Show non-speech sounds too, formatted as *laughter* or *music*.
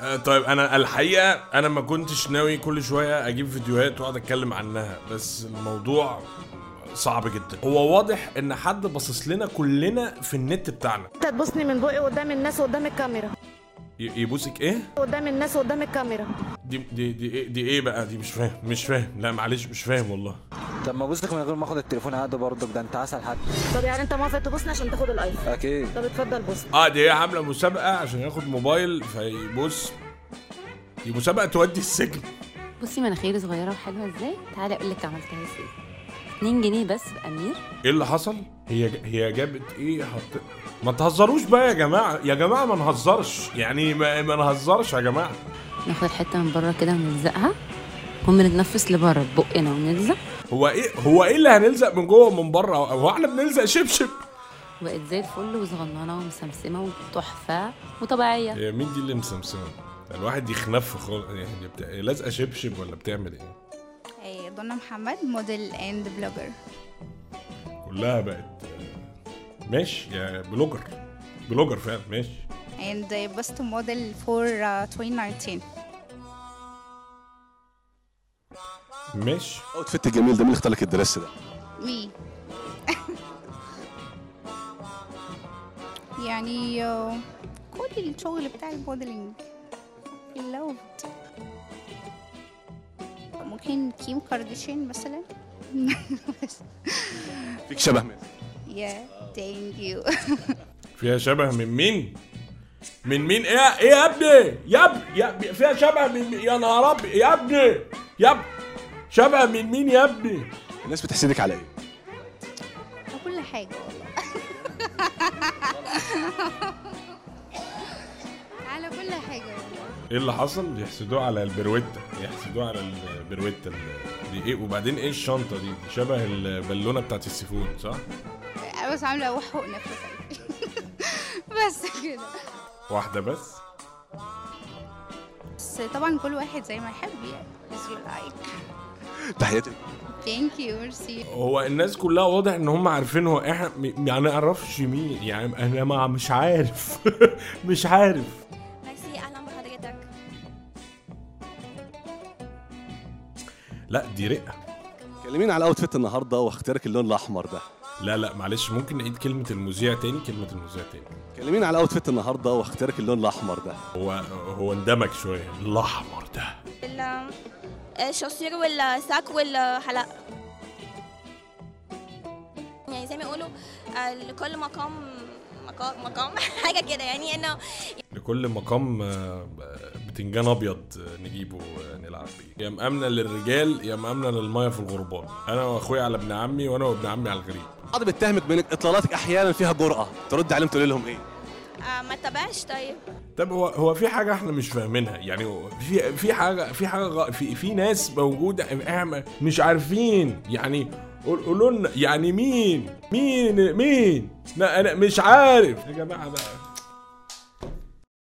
آه، طيب انا الحقيقه انا ما كنتش ناوي كل شويه اجيب فيديوهات واقعد اتكلم عنها بس الموضوع صعب جدا هو واضح ان حد باصص لنا كلنا في النت بتاعنا انت تبوسني من بوقي قدام الناس قدام الكاميرا ي- يبوسك ايه قدام الناس قدام الكاميرا دي دي دي ايه دي ايه بقى دي مش فاهم مش فاهم لا معلش مش فاهم والله طب ما ابوسك من غير ما اخد التليفون عادي برضك ده انت عسل حد طب يعني انت موافق تبوسني عشان تاخد الايفون اكيد طب اتفضل بوسني اه دي هي عامله مسابقه عشان ياخد موبايل فيبص دي مسابقه تودي السجن بصي مناخيري صغيره وحلوه ازاي تعالي اقول لك عملتها ازاي 2 جنيه بس بامير ايه اللي حصل هي هي جابت ايه حط ما تهزروش بقى يا جماعه يا جماعه ما نهزرش يعني ما, ما نهزرش يا جماعه ناخد حته من بره كده ونلزقها المهم نتنفس لبره ببقنا ونلزق هو ايه هو ايه اللي هنلزق من جوه ومن بره هو احنا بنلزق شبشب بقت زي الفل وصغننه ومسمسمه وتحفه وطبيعيه هي مين دي اللي مسمسمه الواحد يخنف خالص يعني بتا... لازقه شبشب ولا بتعمل ايه إيه، ضنا محمد موديل اند بلوجر كلها بقت ماشي يا بلوجر بلوجر فعلا ماشي اند بيست موديل فور 2019 ماشي الاوتفيت الجميل ده مين اختار لك الدرس ده؟ *laughs* مي يعني آه، كل الشغل بتاع الموديلنج اللوت ممكن كيم كارديشين *laughs* مثلا فيك شبه مين؟ يا ثانك *laughs* يو فيها شبه من مين؟ من مين ايه ايه يا ابني؟ يا ابني يا ابني فيها شبه من مين؟ يا نهار ابيض يا ابني يا ابني شبه من مين يا ابني؟ الناس بتحسدك على ايه؟ كل حاجه والله *laughs* على كل حاجه والله ايه اللي حصل؟ بيحسدوه على البرويتا يحسدوه على البرويتا ال- دي ايه وبعدين ايه الشنطه دي؟ دي شبه البالونه بتاعت السيفون صح؟ انا بس عامله وحوق نفسي *laughs* بس كده واحده بس؟ بس طبعا كل واحد زي ما يحب يعني as you like تحياتي thank you ميرسي هو الناس كلها واضح ان هم عارفين هو احنا يعني ما نعرفش مين يعني انا ما مش عارف *laughs* مش عارف ميرسي اهلا بحضرتك لا دي رئه كلمينا على اوتفيت النهارده واختيارك اللون الاحمر ده لا لا معلش ممكن نعيد كلمة المذيع تاني كلمة المذيع تاني كلمينا على اوتفيت النهارده واختيارك اللون الاحمر ده هو هو اندمج شوية الأحمر ده ال- الشصير والساك والحلق يعني زي ما يقولوا آه، لكل مقام مقام مقام *laughs* حاجه كده يعني انه لكل مقام آه، بتنجان أبيض آه، نجيبه آه، نلعب بيه يا مأمنة للرجال يا مأمنة للمية في الغربان أنا وأخويا على ابن عمي وأنا وابن عمي على الغريب بعض بيتهمك بانك اطلالاتك احيانا فيها جرأه ترد عليهم تقول لهم ايه؟ آه، ما تبعش طيب طب هو هو في حاجة احنا مش فاهمينها يعني هو في في حاجة في حاجة غ- في في ناس موجودة إحنا مش عارفين يعني قول- قولوا لنا يعني مين مين مين لا انا مش عارف يا جماعة بقى